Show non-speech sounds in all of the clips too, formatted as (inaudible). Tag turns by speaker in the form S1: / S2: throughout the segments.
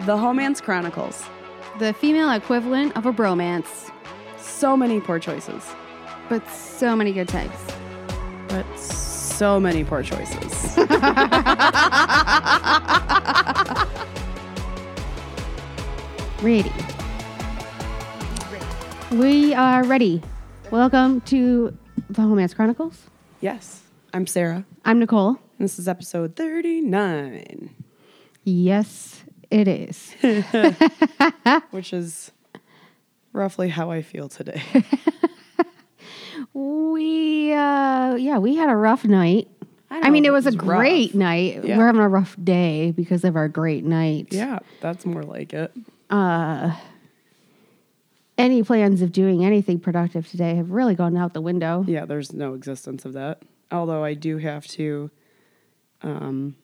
S1: The Homance Chronicles.
S2: The female equivalent of a bromance,
S1: So many poor choices,
S2: but so many good types.
S1: but so many poor choices.
S2: Ready. We are ready. Welcome to the Homance Chronicles.
S1: yes, I'm Sarah.
S2: I'm Nicole.
S1: and This is episode 39,
S2: Yes, it is. (laughs)
S1: which is roughly how I feel today.
S2: we, uh, yeah, we had a rough night.
S1: I
S2: I, mean,
S1: know,
S2: it was,
S1: it was
S2: a
S1: rough.
S2: great night.
S1: Yeah.
S2: We're having a rough day because of our great night.
S1: yeah, that's more like it.
S2: Any plans of doing anything productive today have really gone out the window.
S1: Yeah, there's no existence of that. Although I do have to um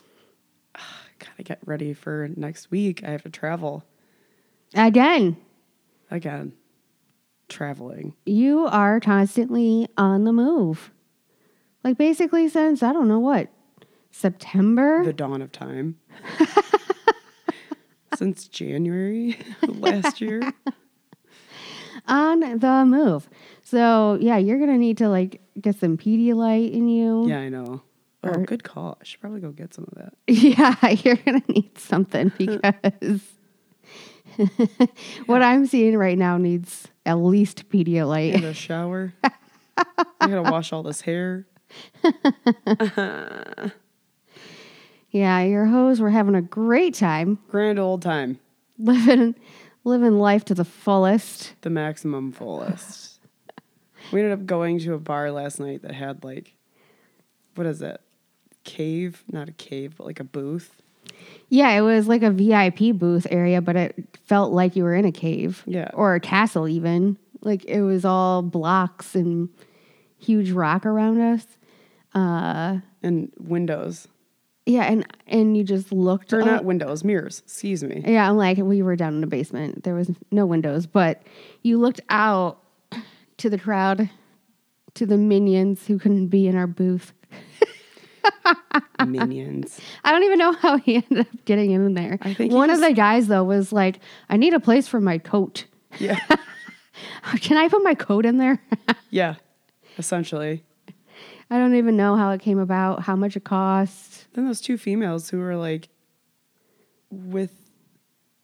S1: (sighs) gotta get ready for next week. I have to travel
S2: Again,
S1: again. Traveling.
S2: you are constantly on the move. Like basically since I don't know what September.
S1: The dawn of time. Since January last year.
S2: on the move. So yeah, you're gonna need to like get some Pedialyte in you.
S1: Yeah, I know. Oh, good call. I should probably go get some of that.
S2: (laughs) Yeah, you're gonna
S1: (laughs)
S2: need something because (laughs) what I'm seeing right now needs at least
S1: Get
S2: Pedialyte.
S1: a shower. I gotta wash all this hair.
S2: (laughs) Yeah, your hoes were having a great time
S1: Grand old time.
S2: living living life to the fullest.
S1: the maximum fullest. we ended up going to a bar last night that had like, what is it? Cave, not a cave, but like a booth.
S2: Yeah, it was like a VIP booth area, but it felt like you were in a cave.
S1: Yeah.
S2: Or a castle, even. Like it was all blocks and huge rock around us. Uh,
S1: and windows,
S2: yeah, and and you just looked
S1: or
S2: up.
S1: not windows, mirrors. Excuse
S2: (laughs)
S1: me.
S2: Yeah, I'm like we were down in the basement. There was no windows, but you looked out to the crowd, to the minions who couldn't be in our booth.
S1: Minions.
S2: I don't even know how he (laughs) ended up getting in there.
S1: I think he
S2: one of
S1: just-
S2: the guys though was like, "I need a place for my coat." (laughs)
S1: Yeah,
S2: Can I put my coat in there?
S1: yeah. Essentially.
S2: I don't even know how it came about, how much it cost.
S1: Then those two females who were like, with,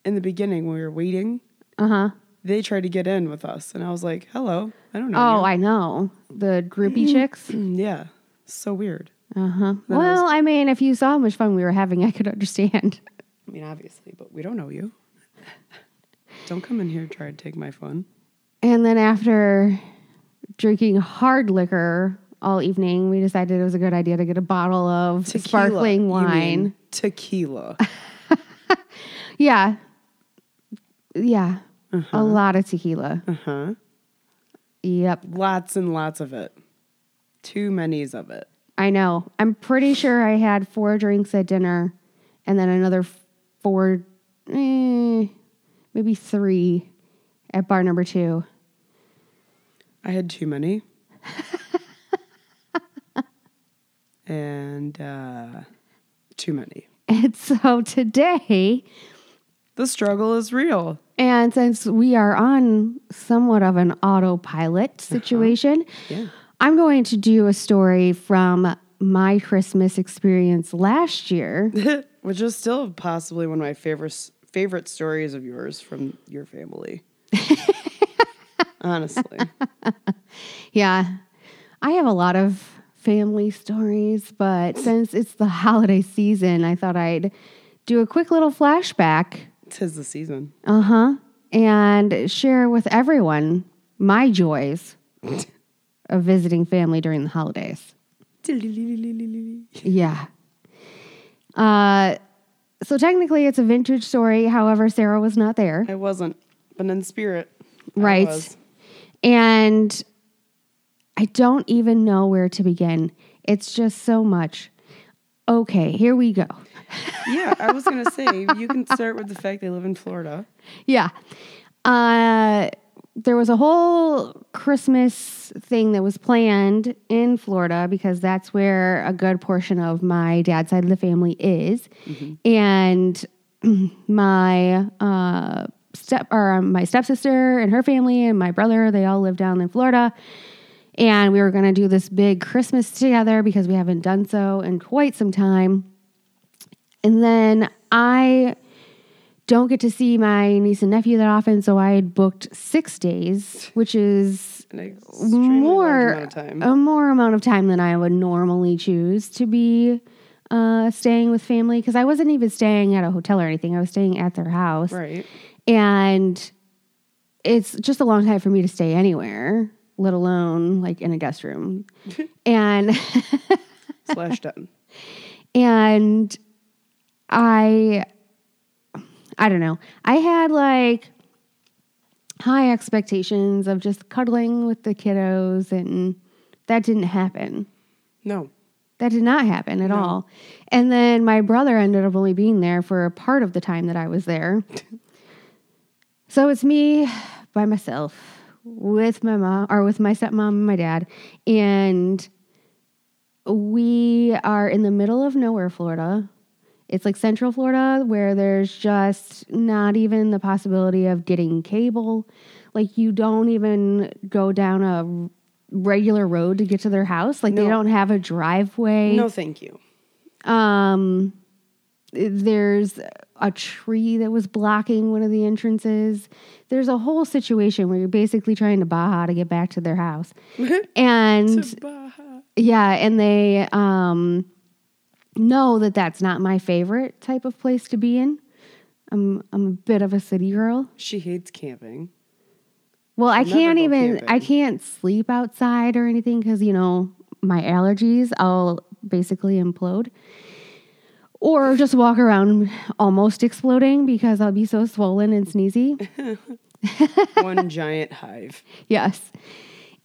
S1: in the beginning when we were waiting,
S2: Uh huh.
S1: they tried to get in with us, and I was like, "Hello, I don't know."
S2: Oh,
S1: you."
S2: I know. The groupie chicks.
S1: yeah. So weird.
S2: Uh huh.
S1: Then I was-
S2: Well, I mean, if you saw how much fun we were having, I could understand. (laughs)
S1: I mean, obviously, but we don't know you. (laughs) don't come in here and try to take my fun.
S2: And then after drinking hard liquor all evening, we decided it was a good idea to get a bottle of sparkling
S1: you mean
S2: wine. (laughs)
S1: Tequila.
S2: Yeah. Yeah.
S1: Uh-huh.
S2: A lot of tequila.
S1: Uh huh.
S2: Yep.
S1: Lots and lots of it. Too many's of it.
S2: I know. I'm pretty sure I had four drinks at dinner and then another f- four, eh, maybe three at bar number two. (laughs)
S1: I had too many. (laughs) and uh, too many.
S2: And so today,
S1: The struggle is real. (laughs)
S2: and since we are on somewhat of an autopilot situation,
S1: Yeah.
S2: I'm going to do a story from my Christmas experience last year.
S1: Which is still possibly one of my favorite favorite stories of yours from your family.
S2: (laughs)
S1: Honestly.
S2: Yeah. I have a lot of family stories, but since it's the holiday season, I thought I'd do a quick little flashback.
S1: Tis the season.
S2: (laughs) Uh huh. And share with everyone my joys of visiting family during the holidays. Yeah. Uh, so technically, it's a vintage story. However, Sarah was not there.
S1: I wasn't, but in spirit, I
S2: Right.
S1: was.
S2: And I don't even know where to begin. It's just so much. Okay, here we go.
S1: Yeah, I was gonna say you can start with the fact they live in Florida.
S2: Yeah. Uh, there was a whole Christmas thing that was planned in Florida because that's where a good portion of my dad's side of the family is. And (clears throat) my uh, step or um, my stepsister and her family and my brother they all live down in florida and we were going to do this big christmas together because we haven't done so in quite some time and then i don't get to see my niece and nephew that often so i had booked six days which is (laughs)
S1: An extremely
S2: more
S1: large amount of time.
S2: a more amount of time than I would normally choose to be uh, staying with family because I wasn't even staying at a hotel or anything. I was staying at their house,
S1: right.
S2: and it's just a long time for me to stay anywhere, let alone like in a
S1: (laughs)
S2: guest room. and
S1: Slash done.
S2: and I I don't know. I had like high expectations of just cuddling with the kiddos and that didn't happen.
S1: No.
S2: That did not happen at all. And then my brother ended up only being there for a part of the time that I was there. so it's me by myself with my mom or with my stepmom and my dad. And we are in the middle of nowhere, Florida. It's like central Florida where there's just not even the possibility of getting cable. Like you don't even go down a regular road to get to their house. Like they
S1: No.
S2: don't have a driveway.
S1: No, thank you.
S2: Um, there's a tree that was blocking one of the entrances. There's a whole situation where you're basically trying to baja to get back to their house. and
S1: Baja.
S2: yeah, and they um, know that that's not my favorite type of place to be in. I'm I'm a bit of a city girl.
S1: She hates camping.
S2: Well, I
S1: never
S2: can't
S1: go
S2: even I
S1: camping.
S2: can't sleep outside or anything because you know my allergies. I'll basically implode, or just walk around almost exploding because I'll be so swollen and sneezy.
S1: (laughs) One giant hive.
S2: Yes.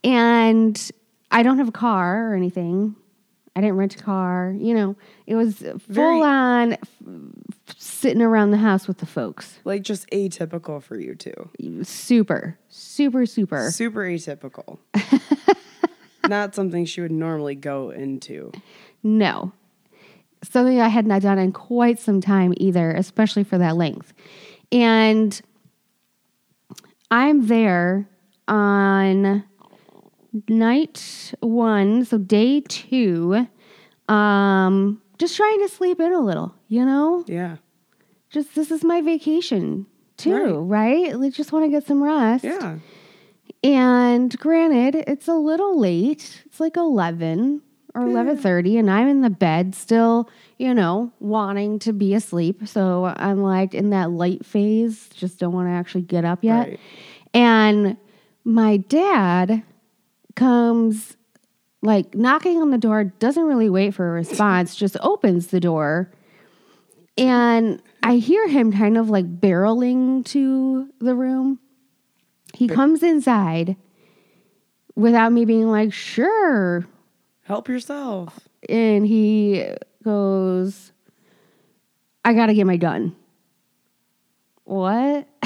S2: And I don't have a car or anything. I didn't rent a car. You know, it was
S1: Very-
S2: full on f- f- sitting around the house with the folks.
S1: Like just atypical for you two.
S2: Super, super, super.
S1: Super atypical. (laughs) Not something she would normally go into.
S2: No. Something I had not done in quite some time either, especially for that length. And I'm there on night one, so day two, um, just trying to sleep in a little, you know?
S1: Yeah.
S2: Just this is my vacation too, right? Like just want to get some rest.
S1: Yeah.
S2: And granted, it's a little late. It's like 11 or 11:30 and I'm in the bed still, you know, wanting to be asleep. So I'm like in that light phase, just don't want to actually get up yet.
S1: Right.
S2: And my dad comes like knocking on the door, doesn't really wait for a response, just opens the door. And I hear him kind of like barreling to the room. He comes inside without me being like, sure.
S1: Help yourself.
S2: And he goes, I got to get my gun. What? (laughs)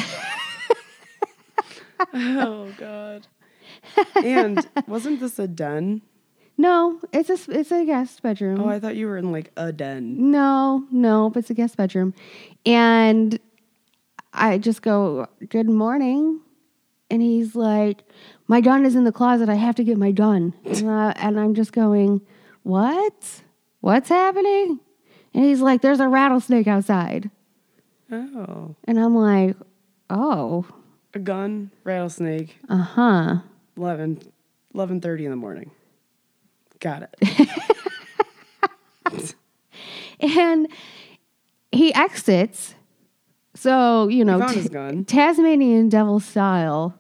S1: Oh (laughs) God. (laughs) and wasn't this a den?
S2: No, it's a it's a guest bedroom.
S1: Oh, I thought you were in like a den.
S2: No, no, but it's a guest bedroom. And I just go, Good morning. And he's like, My gun is in the closet. I have to get my gun. And, I, and I'm just going, What? What's happening? And he's like, There's a rattlesnake outside.
S1: Oh.
S2: And I'm like, Oh,
S1: A gun, rattlesnake,
S2: uh huh.
S1: 11, 11.30 in the morning. Got (laughs) it.
S2: And he exits. So, you know,
S1: found
S2: t-
S1: his gun.
S2: Tasmanian devil style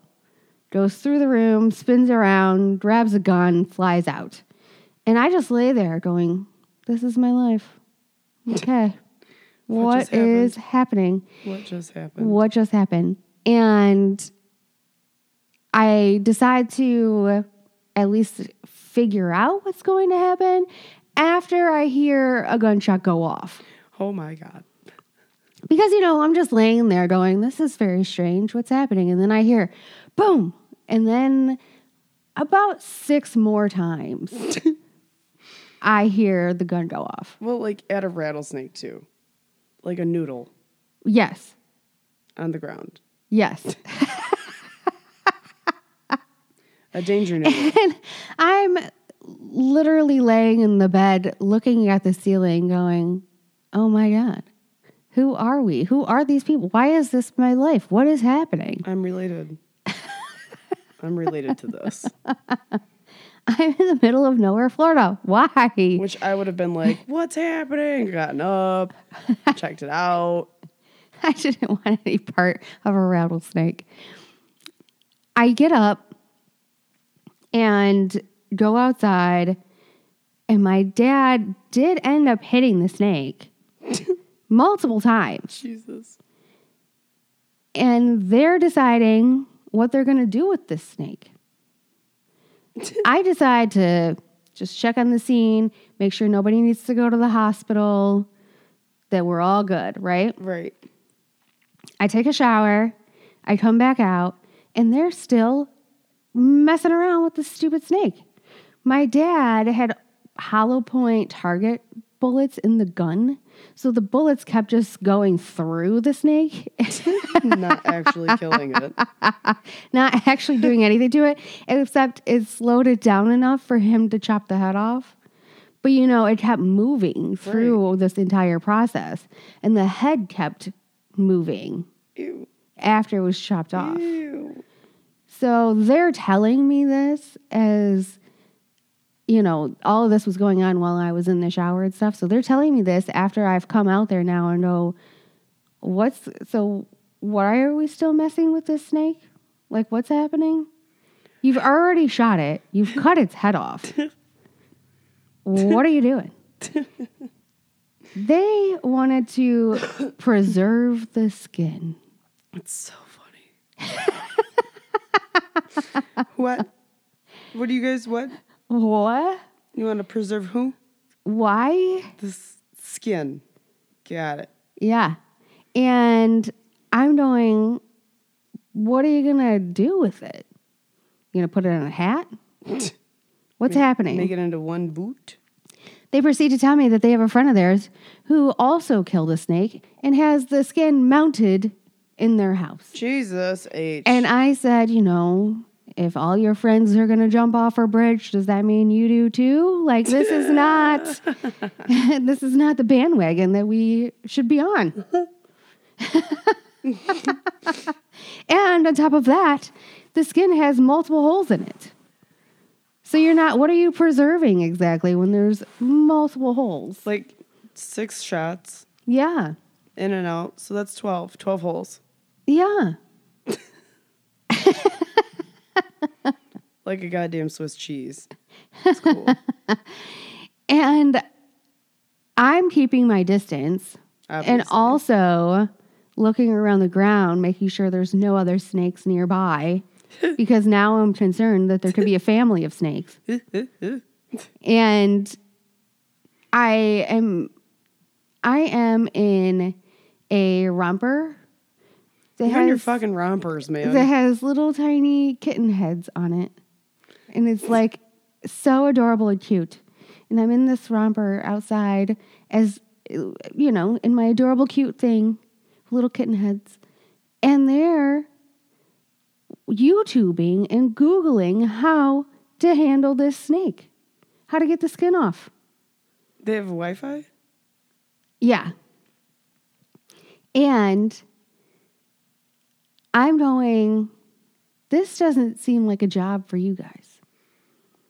S2: goes through the room, spins around, grabs a gun, flies out. And I just lay there going, This is my life. Okay.
S1: What just
S2: what is happening?
S1: What just happened?
S2: What just happened? And I decide to at least figure out what's going to happen after I hear a gunshot go off.
S1: Oh my God.
S2: Because, you know, I'm just laying there going, this is very strange. What's happening? And then I hear boom. And then about six more times, (laughs) I hear the gun go off.
S1: Well, like at a rattlesnake too. Like a noodle.
S2: Yes.
S1: on the ground.
S2: Yes. (laughs)
S1: A danger
S2: (laughs)
S1: noodle.
S2: and I'm literally laying in the bed looking at the ceiling going, "Oh my god. Who are we? Who are these people? Why is this my life? What is happening?" (laughs)
S1: I'm related. I'm related to this,
S2: I'm in the middle of nowhere, Florida. Why?
S1: which I would have been like, "What's happening?" Gotten up, checked it out.
S2: (laughs) I didn't want any part of a rattlesnake. I get up and go outside, and my dad did end up hitting the snake multiple times.
S1: Jesus.
S2: And they're deciding what they're going to do with this snake. I decide to just check on the scene, make sure nobody needs to go to the hospital, that we're all good, right?
S1: Right. (laughs)
S2: I take a shower, I come back out, and they're still messing around with this stupid snake. My dad had hollow point target bullets in the gun, so the bullets kept just going through the snake, (laughs)
S1: Not actually killing it.
S2: not actually doing anything to it, except it slowed it down enough for him to chop the head off. But you know, it kept moving through this entire process, and the head kept moving
S1: Ew.
S2: after it was chopped off.
S1: Ew.
S2: So they're telling me this as, you know, all of this was going on while I was in the shower and stuff. So they're telling me this after I've come out there now and know what's so why are we still messing with this snake? Like, what's happening? You've already shot it, you've cut its head off. what are you doing? they wanted to preserve the skin.
S1: It's so funny. what? What do you guys what?
S2: What?
S1: You want to preserve who?
S2: Why?
S1: The s- skin. Got it.
S2: Yeah. And I'm going, what are you going to do with it? You going to put it in
S1: (laughs)
S2: a hat? What's happening?
S1: Make it into one boot.
S2: they proceed to tell me that they have a friend of theirs who also killed a snake and has the skin mounted in their house.
S1: Jesus H.
S2: And I said, you know, if all your friends are going to jump off a bridge, does that mean you do too? Like this is not (laughs) this is not the bandwagon that we should be on. and on top of that, the skin has multiple holes in it. So you're not what are you preserving exactly when there's multiple holes?
S1: like six shots
S2: Yeah.
S1: in and out. So that's 12. 12 holes.
S2: Yeah.
S1: Like a goddamn Swiss cheese. It's cool.
S2: And I'm keeping my distance and
S1: Obviously.
S2: also looking around the ground, making sure there's no other snakes nearby because now I'm concerned that there could be a family of snakes. and I am I am in a romper that
S1: You're on your
S2: has,
S1: fucking rompers,
S2: that
S1: man.
S2: has little tiny kitten heads on it. And it's like so adorable and cute. And I'm in this romper outside as you know, in my adorable cute thing, little kitten heads. And they're YouTubing and Googling how to handle this snake, how to get the skin off.
S1: They have Wi Fi?
S2: Yeah. And I'm going, this doesn't seem like a job for you guys.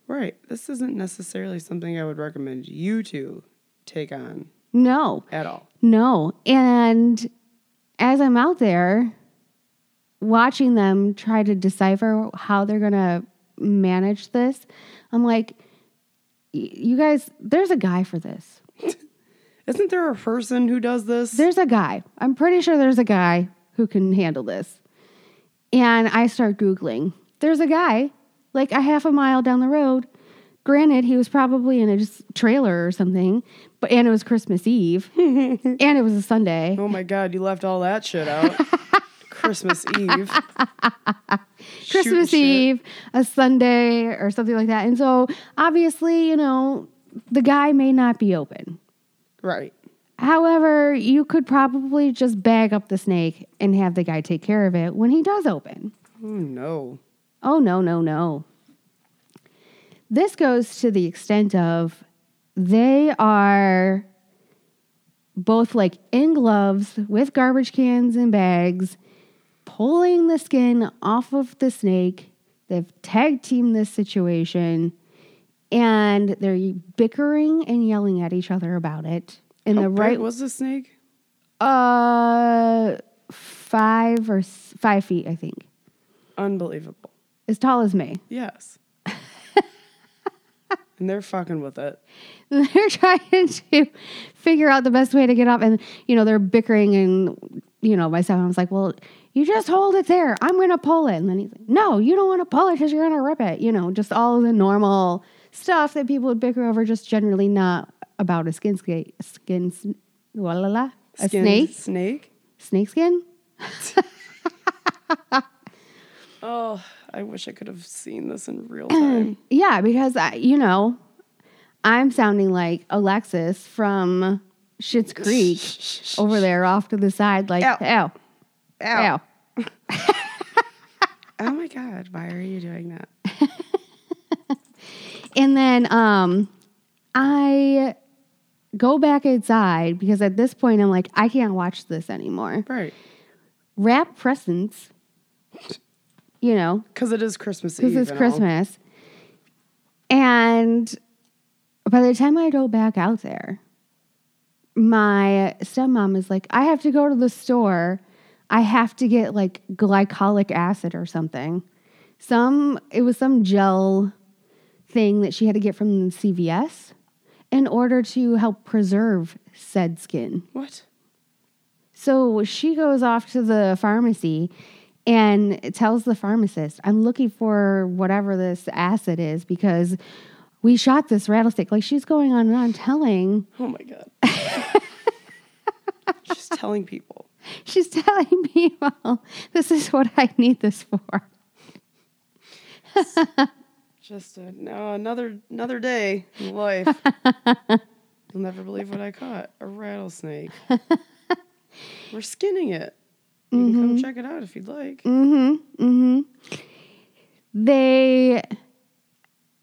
S1: Right. This isn't necessarily something I would recommend you to take on
S2: No,
S1: at all.
S2: no. And as I'm out there watching them try to decipher how they're going to manage this, I'm like, "Y- you guys, there's a guy for this.
S1: Isn't there a person who does this?
S2: There's a guy. I'm pretty sure there's a guy who can handle this. And I start Googling. There's a guy, like a half a mile down the road. Granted, he was probably in a just trailer or something, but and it was
S1: (laughs)
S2: Christmas Eve, and it was a Sunday.
S1: oh my God, you left all that shit
S2: (laughs)
S1: out. Christmas Eve. Shooting
S2: Christmas
S1: shit.
S2: Eve, a Sunday, or something like that. And so, obviously, you know, the guy may not be open.
S1: Right.
S2: However, you could probably just bag up the snake and have the guy take care of it when he does open.
S1: Oh no.
S2: Oh, no, no, no. This goes to the extent of they are both like in gloves with garbage cans and bags, pulling the skin off of the snake. They've tag teamed this situation and they're bickering and yelling at each other about it. And
S1: How
S2: the
S1: big
S2: right
S1: was the snake?
S2: uh, five or s- five feet, I think,
S1: Unbelievable.
S2: as tall as me.
S1: Yes. (laughs) and they're fucking with it.
S2: (laughs) They're trying to figure out the best way to get off, and you know they're bickering, and you know myself. I was like, "Well, you just hold it there. I'm gonna pull it." And then he's like, "No, you don't want to pull it because you're gonna rip it." You know, just all the normal stuff that people would bicker over, just generally not about a skin skate, skin, sn- la la la, a
S1: Skinned
S2: snake,
S1: Snake.
S2: snake skin.
S1: Oh, I wish I could have seen this in real time.
S2: Yeah, because I, you know, I'm sounding like Alexis from Schitt's Creek over there off to the side, like,
S1: Ow.
S2: ow, ow.
S1: Ow. Oh my God. Why are you doing that?
S2: And then um, I go back inside because at this point I'm like, I can't watch this anymore.
S1: Right.
S2: Wrap presents, you know,
S1: Because it is Christmas Eve.
S2: because it's
S1: and all.
S2: Christmas. And by the time I go back out there, my stepmom is like, I have to go to the store. I have to get like glycolic acid or something. Some, it was some gel thing that she had to get from CVS in order to help preserve said skin.
S1: What?
S2: So she goes off to the pharmacy and tells the pharmacist, I'm looking for whatever this acid is because we shot this rattlesnake. Like she's going on and on telling, (laughs)
S1: Oh my God. She's telling people.
S2: she's telling people, this is what I need this for.
S1: Just a, no, another another day in
S2: (laughs)
S1: life. You'll never believe what I caught a
S2: (laughs)
S1: rattlesnake. We're skinning it. You can
S2: Mm-hmm.
S1: come check it out if you'd like.
S2: Mm. They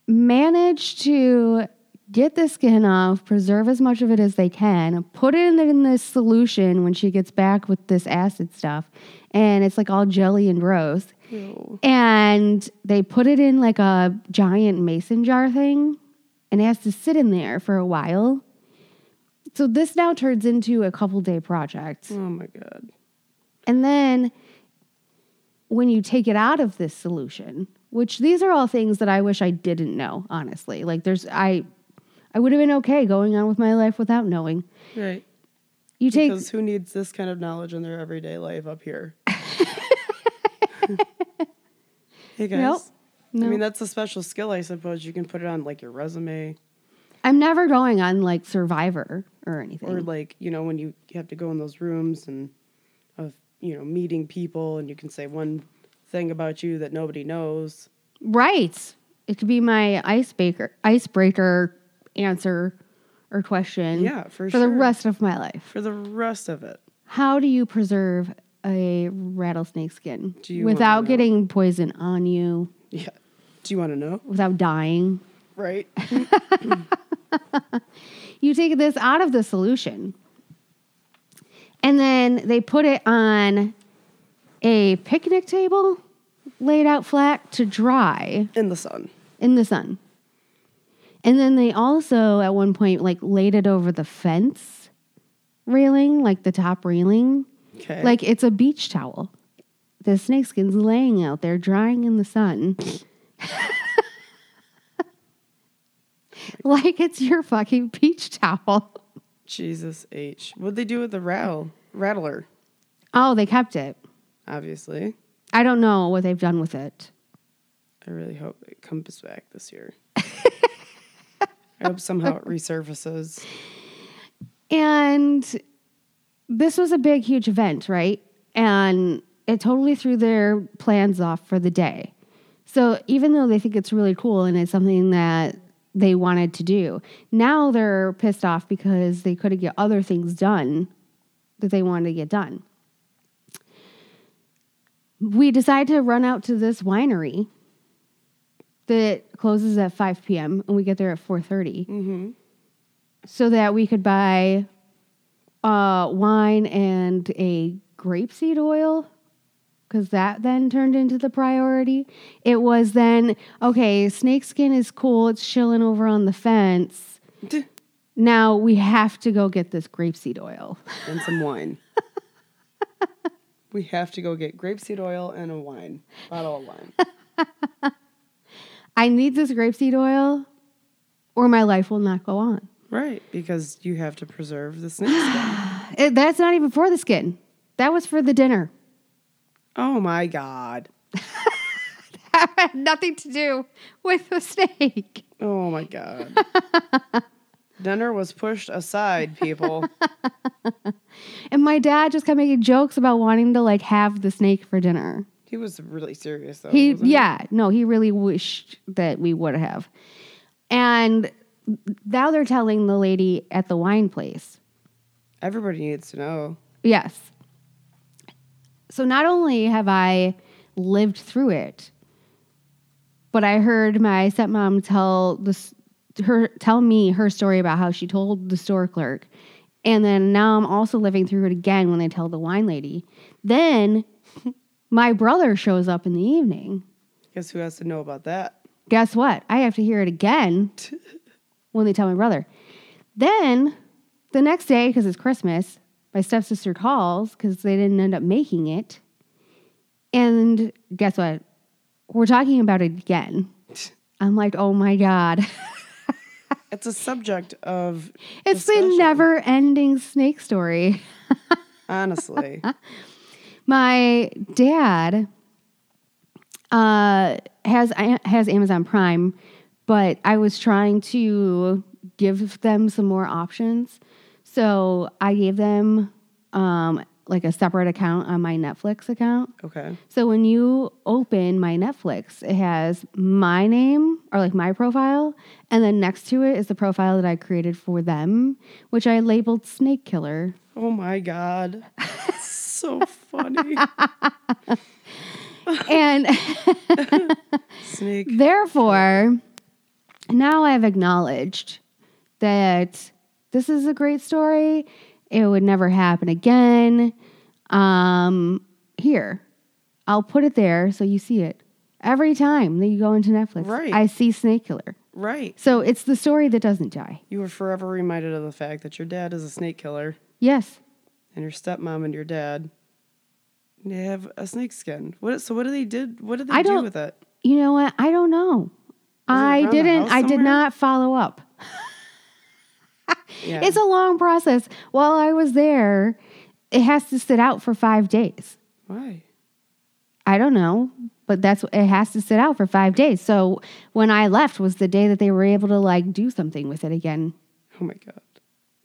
S2: manage to get the skin off, preserve as much of it as they can, put it in, in this solution when she gets back with this acid stuff. And it's like all jelly and gross.
S1: Ew.
S2: and they put it in like a giant mason jar thing and it has to sit in there for a while so this now turns into a couple day project
S1: Oh my God.
S2: and then when you take it out of this solution which these are all things that i wish i didn't know honestly like there's i i would have been okay going on with my life without knowing
S1: Right.
S2: you take
S1: Because who needs this kind of knowledge in their everyday life up
S2: (laughs)
S1: here? hey guys.
S2: Nope.
S1: I mean, that's a special skill, I suppose. You can put it on like your resume
S2: i'm never going on like survivor or anything
S1: or like, you know, when you have to go in those rooms and of, you know, meeting people and you can say one thing about you that nobody knows.
S2: Right. It could be my icebreaker icebreaker answer or question.
S1: Yeah, for
S2: the
S1: sure.
S2: rest of my life.
S1: For the rest of it.
S2: How do you preserve a rattlesnake skin
S1: Do you wanna
S2: without
S1: know?
S2: getting poison on you,
S1: Yeah. Do you want to know?
S2: without dying?
S1: Right?
S2: You take this out of the solution. And then they put it on a picnic table laid out flat to dry.
S1: (laughs) in the sun.
S2: in the sun. And then they also at one point like laid it over the fence railing, like the top railing.
S1: Okay.
S2: Like it's a beach towel. The snakeskin's laying out there drying in the sun. (laughs) like it's your fucking beach towel.
S1: Jesus H. What'd they do with the rattle? Rattler,
S2: Oh, they kept it.
S1: obviously.
S2: I don't know what they've done with it.
S1: I really hope it comes back this year. I hope somehow it (laughs) resurfaces.
S2: And this was a big, huge event, right? And it totally threw their plans off for the day. So even though they think it's really cool and it's something that they wanted to do. Now they're pissed off because they couldn't get other things done that they wanted to get done. We decide to run out to this winery that closes at 5 p.m. and we get there at 4:30
S1: Mm-hmm.
S2: so that we could buy uh, wine and a grapeseed oil because that then turned into the priority. It was then okay, snakeskin is cool, it's chilling over on the fence. Now we have to go get this grapeseed oil.
S1: And some wine. we have to go get grapeseed oil and a wine bottle of wine.
S2: I need this grapeseed oil or my life will not go on.
S1: right, because you have to preserve the snake skin.
S2: It, Eh, that's not even for the skin, that was for the dinner. (laughs)
S1: Oh my god.
S2: That had nothing to do with the (laughs) snake.
S1: Oh my god. Dinner was pushed aside, (laughs) people.
S2: And my dad just kept making jokes about wanting to like have the snake for dinner.
S1: he was really serious though.
S2: He,
S1: Oh, wasn't he?
S2: yeah, no, he really wished that we would have. And now they're telling the lady at the wine place,
S1: Everybody needs to know.
S2: yes. So not only have I lived through it, but I heard my stepmom tell this her tell me her story about how she told the store clerk, and then now I'm also living through it again when they tell the wine lady. Then my brother shows up in the evening.
S1: Guess who has to know about that?
S2: Guess what? I have to hear it again when they tell my brother. Then the next day, because it's Christmas, my stepsister calls because they didn't end up making it. And guess what? We're talking about it again. I'm like, oh my God.
S1: It's a subject of
S2: It's the
S1: discussion,
S2: never ending snake story.
S1: (laughs) honestly.
S2: My dad uh, has has Amazon Prime, but I was trying to give them some more options. So I gave them um, like a separate account on my Netflix account.
S1: Okay.
S2: So when you open my Netflix, it has my name or like my profile, and then next to it is the profile that I created for them, which I labeled Snake Killer.
S1: Oh my (laughs) god. so (laughs) funny.
S2: And (laughs)
S1: Snake.
S2: Therefore, now I've acknowledged that this is a great story. It would never happen again. Um, here, I'll put it there so you see it every time that you go into Netflix.
S1: Right.
S2: I see Snake Killer.
S1: Right.
S2: So it's the story that doesn't die.
S1: You were forever reminded of the fact that your dad is a snake killer
S2: Yes.
S1: and your stepmom and your dad they have a snake skin. What so what do they did what did they
S2: I
S1: do
S2: don't-
S1: with it?
S2: You know what? I don't know. I
S1: around the
S2: didn't.
S1: house
S2: I did
S1: somewhere?
S2: not follow up.
S1: Yeah.
S2: It's a long process. While I was there, it has to sit out for five days.
S1: Why?
S2: I don't know, but that's it has to sit out for five days. So when I left was the day that they were able to like do something with it again.
S1: Oh my god.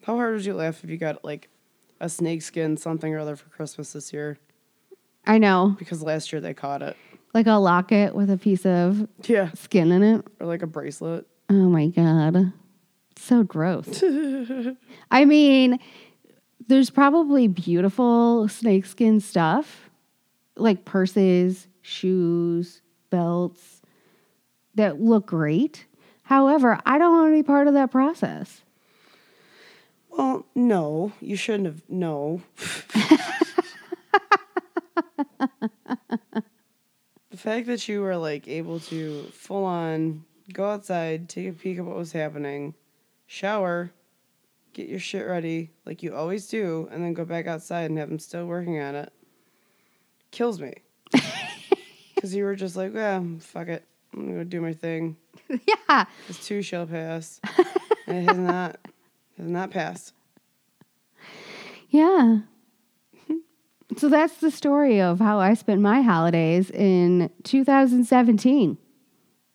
S1: How hard would you laugh if you got like a snake skin something or other for Christmas this year?
S2: I know,
S1: Because last year they caught it.
S2: like a locket with a piece of
S1: Yeah.
S2: skin in it.
S1: Or like a bracelet.
S2: Oh my god, so gross. I mean, there's probably beautiful snakeskin stuff, like purses, shoes, belts that look great. However, I don't want to be part of that process.
S1: Well, no, you shouldn't have. No. the fact that you were like able to full on go outside, take a peek at what was happening, shower, get your shit ready like you always do, and then go back outside and have them still working on it kills me. Because you were just like, yeah, fuck it. I'm going to do my thing.
S2: yeah.
S1: This too shall pass. and it has not, has not passed.
S2: Yeah. (laughs) So that's the story of how I spent my holidays in 2017.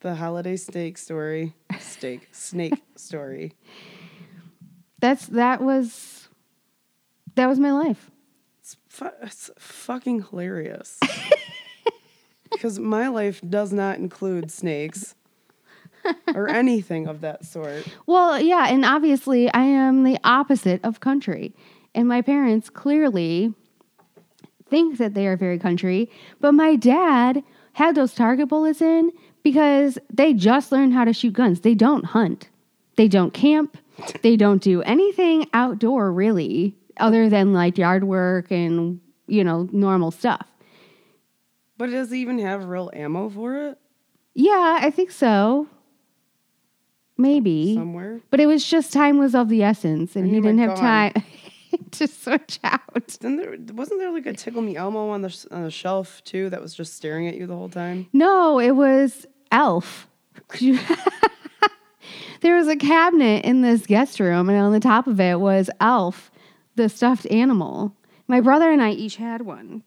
S1: The holiday steak story. Steak.
S2: (laughs)
S1: snake story.
S2: That's that was that was my life.
S1: It's, fu- it's fucking
S2: (laughs)
S1: hilarious. because my life does not include snakes. or anything of that sort.
S2: Well, yeah, and obviously I am the opposite of country. And my parents clearly think that they are very country, but my dad had those target bullets in because they just learned how to shoot guns. They don't hunt. They don't camp. They don't do anything outdoor really other than like yard work and, you know, normal stuff.
S1: But does it even have real ammo for it
S2: Yeah, I think so. Maybe.
S1: somewhere?
S2: But it was just time was of the essence, and
S1: I
S2: he
S1: need my
S2: didn't have
S1: gun.
S2: time (laughs) to switch out.
S1: Then there wasn't there like a Tickle Me Elmo on the s- on the shelf too that was just staring at you the whole time.
S2: No, it was Elf. Could you- (laughs) there was a cabinet in this guest room, and on the top of it was Elf, the stuffed animal. My brother and I each had one.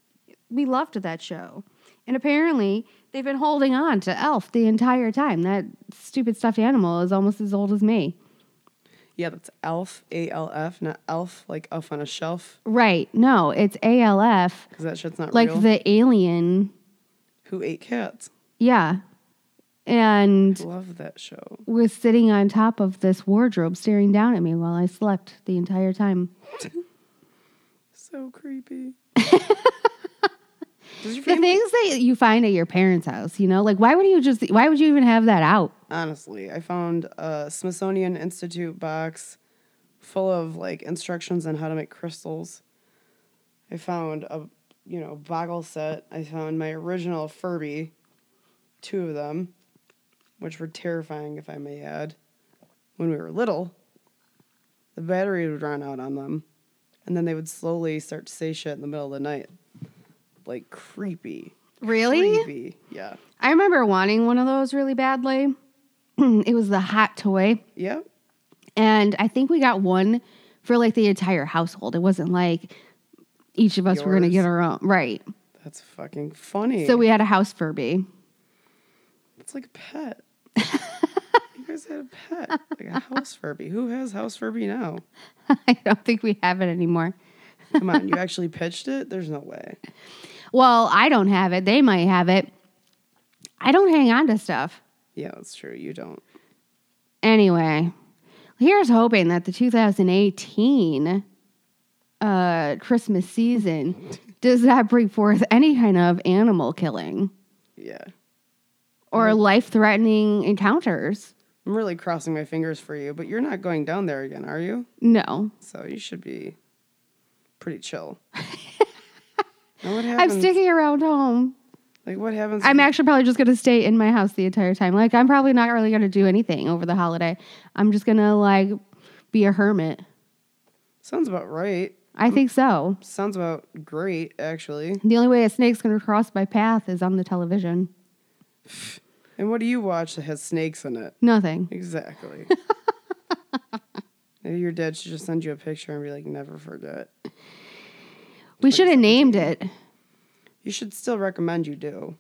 S2: We loved that show. And apparently, they've been holding on to Elf the entire time. That stupid stuffed animal is almost as old as me.
S1: Yeah, that's Elf A L F, not Elf like Elf on a Shelf
S2: Right. No, it's ALF,
S1: because that shit's not
S2: like
S1: real.
S2: the alien
S1: Who ate cats?
S2: Yeah. And
S1: Love that show.
S2: was sitting on top of this wardrobe staring down at me while I slept the entire time.
S1: So creepy. Does your
S2: The
S1: family?
S2: things that you find at your parents' house, you know, like why would you just why would you even have that out?
S1: Honestly, I found a Smithsonian Institute box full of like instructions on how to make crystals. I found a you know boggle set. I found my original Furby, two of them, which were terrifying if I may add. When we were little, the battery would run out on them, and then they would slowly start to say shit in the middle of the night, like creepy.
S2: Really?
S1: Creepy. Yeah.
S2: I remember wanting one of those really badly. (clears throat) it was the hot toy.
S1: Yep.
S2: And I think we got one for like the entire household. It wasn't like each of us were gonna
S1: Yours.
S2: get our own. Right.
S1: That's fucking funny.
S2: So we had a house Furby. (laughs)
S1: It's like a pet. (laughs) you guys had a pet, like a house Furby. Who has house Furby now?
S2: I don't think we have it anymore.
S1: Come on,
S2: (laughs)
S1: you actually pitched it? There's no way.
S2: Well, I don't have it. They might have it. I don't hang on to stuff.
S1: Yeah, that's true. You don't.
S2: Anyway, here's hoping that the 2018 uh, Christmas season does not bring forth any kind of animal killing
S1: Yeah.
S2: or life threatening encounters.
S1: I'm really crossing my fingers for you, but you're not going down there again, are you?
S2: No.
S1: So you should be pretty
S2: (laughs)
S1: chill. now what
S2: I'm
S1: happens?
S2: sticking around home.
S1: like what happens?
S2: I'm
S1: if-
S2: actually probably just going to stay in my house the entire time. Like, I'm probably not really going to do anything over the holiday. I'm just going to, like, be a hermit.
S1: sounds about right.
S2: I think so.
S1: Sounds about great, actually.
S2: The only way a snake's gonna cross my path is on the television.
S1: And what do you watch that has snakes in it?
S2: Nothing.
S1: Exactly. Maybe your dad should just send you a picture and be like, never forget.
S2: We should have named it.
S1: You should still recommend you do.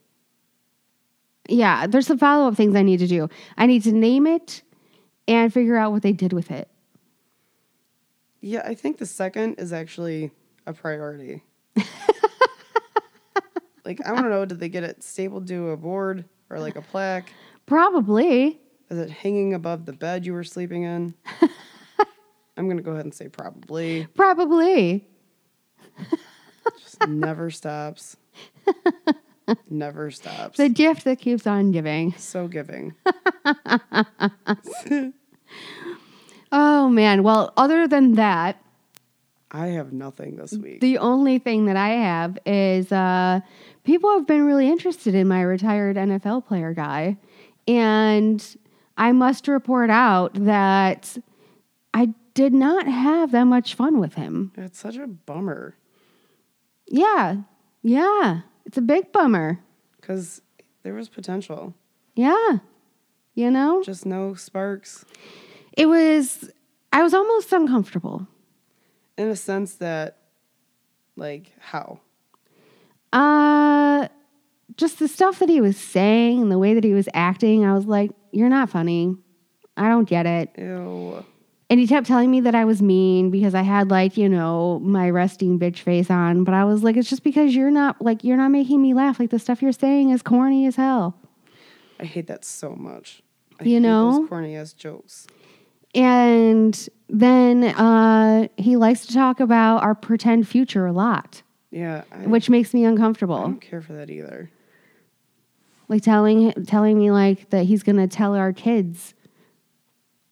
S2: Yeah, there's some follow up things I need to do. I need to name it and figure out what they did with it.
S1: Yeah, I think the second is actually a priority. like, I want to know did they get it stapled to a board or like a plaque?
S2: Probably.
S1: Is it hanging above the bed you were sleeping in? I'm going to go ahead and say probably.
S2: Probably.
S1: Just never stops. Never stops.
S2: The gift that keeps on giving.
S1: So giving.
S2: Oh man. Well, other than that,
S1: I have nothing this week.
S2: the only thing that I have is uh, people have been really interested in my retired NFL player guy. And I must report out that I did not have that much fun with him.
S1: That's such a bummer
S2: Yeah. Yeah. It's a big bummer.
S1: because there was potential,
S2: Yeah. You know,
S1: just no sparks
S2: it was, I was almost uncomfortable.
S1: in a sense that, like, how?
S2: Uh, just the stuff that he was saying and the way that he was acting, I was like, you're not funny. I don't get it.
S1: Ew.
S2: And he kept telling me that I was mean because I had like, you know, my resting bitch face on. But I was like, it's just because you're not like you're not making me laugh. Like the stuff you're saying is corny as hell.
S1: I hate that so much. I I
S2: you
S1: hate
S2: know?
S1: those corny ass jokes.
S2: And then uh, he likes to talk about our pretend future a lot,
S1: Yeah, I,
S2: which makes me
S1: I
S2: uncomfortable.
S1: don't care for that either.
S2: Like telling telling me like that he's gonna tell our kids,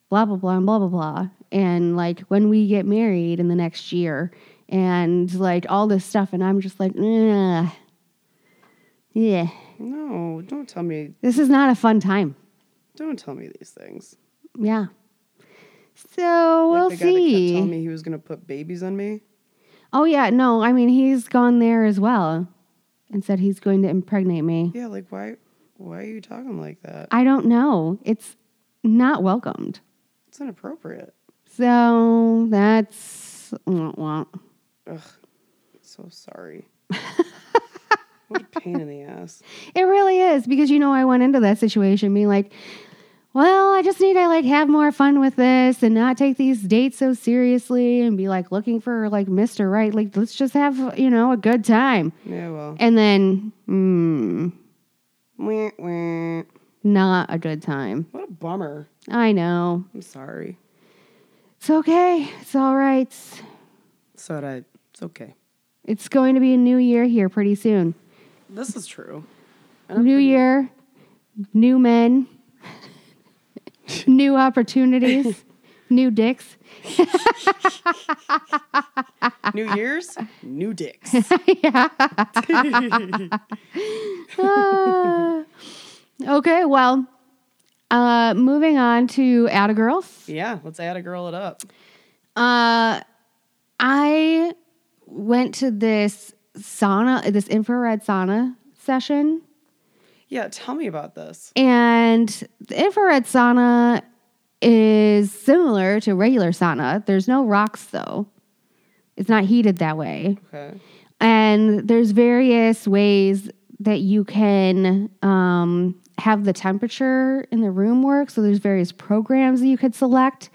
S2: blah blah blah and blah blah blah, and like when we get married in the next year, and like all this stuff, and I'm just like, Ugh. yeah,
S1: No, don't tell me.
S2: this is not a fun time.
S1: Don't tell me these things.
S2: Yeah. So we'll
S1: like the guy that kept
S2: see.
S1: telling me he was gonna put babies on me.
S2: Oh yeah, no, I mean he's gone there as well and said he's going to impregnate me.
S1: Yeah, like why? Why are you talking like that?
S2: I don't know. It's not welcomed.
S1: It's inappropriate.
S2: So that's wah, wah.
S1: Ugh, so
S2: (laughs)
S1: sorry. what a pain in the ass.
S2: It really is because you know I went into that situation being like, well, I just need to like have more fun with this and not take these dates so seriously and be like looking for like Mr. Right. Like let's just have, you know, a good time.
S1: Yeah, well,
S2: And then mm,
S1: Wah, wah.
S2: not a good time.
S1: what a bummer.
S2: I know.
S1: I'm sorry.
S2: It's okay. It's all right.
S1: So did I. It's okay.
S2: It's going to be a new year here pretty soon.
S1: This is (laughs) true.
S2: New year, new men, new opportunities, new dicks.
S1: New Year's, new (laughs) dicks.
S2: Ah. okay, well, uh, moving on to Atta Girls.
S1: yeah, let's add a girl it up.
S2: Uh, I went to this sauna, this infrared sauna session
S1: Yeah, tell me about this.
S2: And the infrared sauna is similar to regular sauna. There's no rocks though. It's not heated that way.
S1: Okay.
S2: And there's various ways that you can um, have the temperature in the room work. So there's various programs that you could select,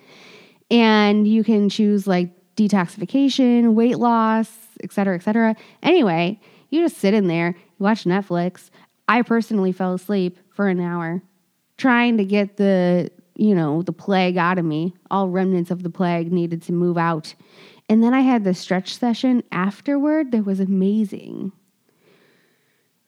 S2: and you can choose like detoxification, weight loss, et cetera, et cetera. Anyway, you just sit in there, you watch Netflix. I personally fell asleep for an hour trying to get the you know the plague out of me all remnants of the plague needed to move out and then i had the stretch session afterward that was amazing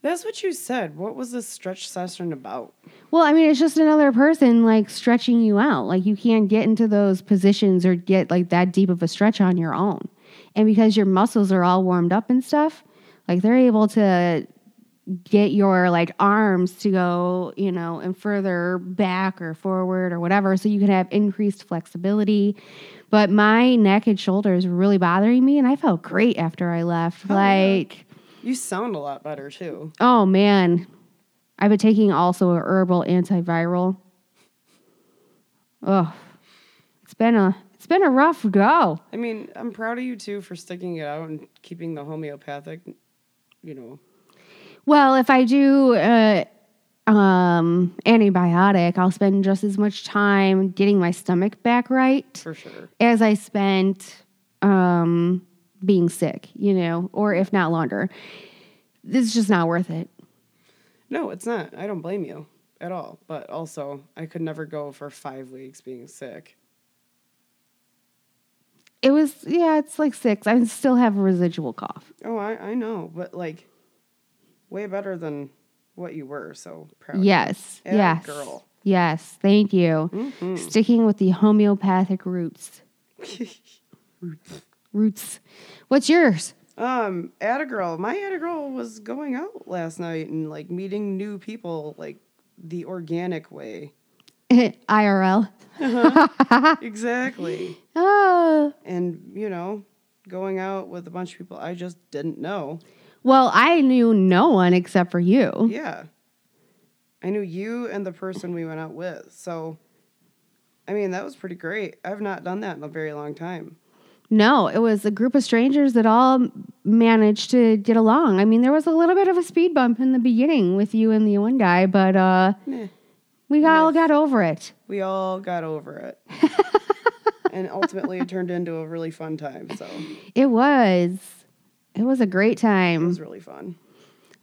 S1: That's what you said. What was this stretch session about?
S2: well i mean it's just another person like stretching you out like you can't get into those positions or get like that deep of a stretch on your own and because your muscles are all warmed up and stuff like they're able to get your like arms to go, you know, and further back or forward or whatever so you can have increased flexibility. But my neck and shoulders were really bothering me and I felt great after I left. like,
S1: You sound a lot better too.
S2: oh man. I've been taking also a herbal antiviral. Oh. It's been a it's been a rough go.
S1: I mean, I'm proud of you too for sticking it out and keeping the homeopathic, you know.
S2: Well, if I do uh, um, antibiotic, I'll spend just as much time getting my stomach back right
S1: For sure.
S2: as I spent um, being sick, you know, or if not longer. This is just not worth it.
S1: No, it's not. I don't blame you at all. But also, I could never go for five weeks being sick.
S2: It was, yeah, it's like six. I still have a residual cough.
S1: Oh, I, I know, but like, way better than what you were. So proud.
S2: Yes.
S1: Yeah,
S2: yes.
S1: girl.
S2: Yes. Thank you. Sticking with the homeopathic roots. Roots. What's yours?
S1: (laughs)
S2: (laughs)
S1: Um, at a girl, my at a girl was going out last night and like meeting new people, like the organic way.
S2: IRL.
S1: exactly.
S2: Oh.
S1: And you know, going out with a bunch of people I just didn't know.
S2: Well, I knew no one except for you.
S1: Yeah. I knew you and the person we went out with. So, I mean, that was pretty great. I've not done that in a very long time.
S2: No, it was a group of strangers that all managed to get along. I mean, there was a little bit of a speed bump in the beginning with you and the one guy, but uh,
S1: Meh.
S2: we got, all got over it.
S1: We all got over it. and ultimately, it turned into a really fun time. So, it
S2: It was. It was a great time.
S1: was really fun.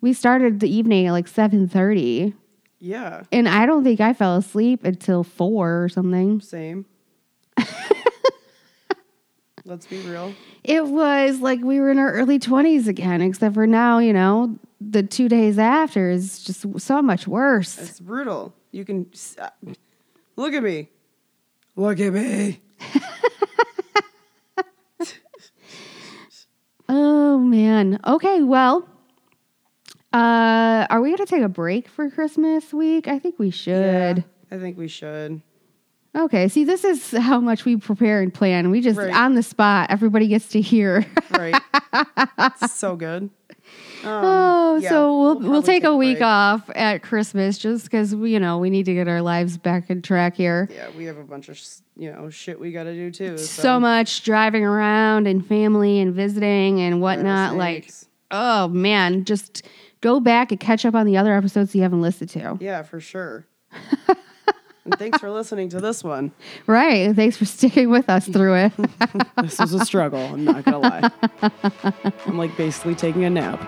S2: We started the evening at like 7:30.
S1: Yeah.
S2: And I don't think I fell asleep until four or something.
S1: Same. Let's be real.
S2: It was like we were in our early 20s again, except for now, you know, the two days after is just so much worse.
S1: It's brutal. You can uh, look at me. Look at me.
S2: Oh, man. Okay, well, uh, are we going to take a break for Christmas week? I think we should.
S1: I think we should.
S2: Okay, see, this is how much we prepare and plan. We just
S1: Right.
S2: on the spot, everybody gets to hear. (laughs)
S1: Right. It's so good. Um,
S2: Oh,
S1: yeah,
S2: so we'll we'll,
S1: probably
S2: take, a week
S1: break.
S2: off at Christmas just because we you know we need to get our lives back in track here.
S1: Yeah, we have a bunch of s- you know shit we got to do too.
S2: So. much driving around and family and visiting and whatnot. Like,
S1: Rattlesnakes.
S2: oh man, just go back and catch up on the other episodes you haven't listened to.
S1: Yeah, for sure. and thanks for listening to this one.
S2: Right? Thanks for sticking with us through it.
S1: This was a struggle. I'm not gonna lie. I'm like basically taking a nap.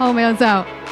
S2: Home Man's out.